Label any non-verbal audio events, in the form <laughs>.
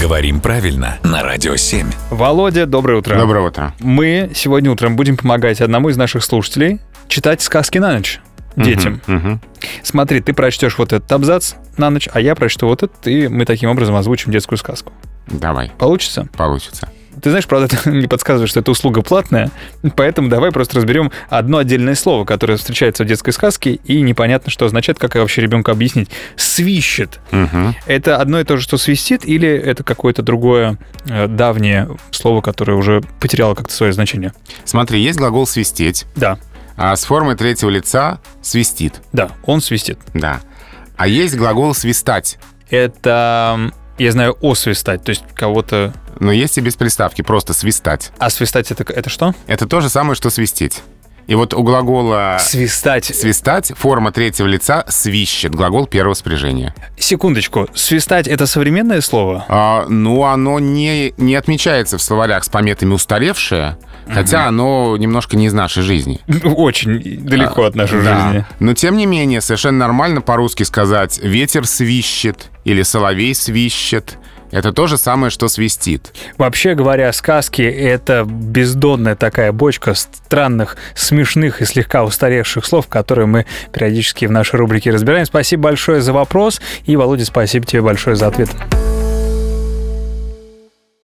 Говорим правильно на Радио 7. Володя, доброе утро. Доброе утро. Мы сегодня утром будем помогать одному из наших слушателей читать сказки на ночь детям. Мгм. Смотри, ты прочтешь вот этот абзац на ночь, а я прочту вот этот, и мы таким образом озвучим детскую сказку. Давай, Получится? получится. Ты знаешь, правда, <laughs> ты не подсказываешь, что эта услуга платная, поэтому давай просто разберем одно отдельное слово, которое встречается в детской сказке, и непонятно, что означает, как вообще ребенку объяснить. «Свищет». Мгм. Это одно и то же, что свистит, или это какое-то другое э, давнее слово, которое уже потеряло как-то свое значение? Смотри, есть глагол «свистеть», Да, а с формы третьего лица «свистит». да, он свистит. Да. А есть глагол «свистать», Это, м, я знаю, освистать, то есть кого-то... но есть и без приставки, просто «свистать». А свистать это, это что? Это то же самое, что «свистеть». И вот у глагола Свистать. «свистать» форма третьего лица «свищет», глагол первого спряжения. Секундочку, свистать это современное слово? <laughs> А, ну, оно не, не отмечается в словарях с пометами «устаревшее», хотя оно немножко не из нашей жизни. Очень далеко от нашей А, Да. жизни. Но тем не менее, совершенно нормально по-русски сказать «ветер свищет» или «соловей свищет». Это то же самое, что свистит. Вообще говоря, сказки — это бездонная такая бочка странных, смешных и слегка устаревших слов, которые мы периодически в нашей рубрике разбираем. Спасибо большое за вопрос, и, Володя, спасибо тебе большое за ответ.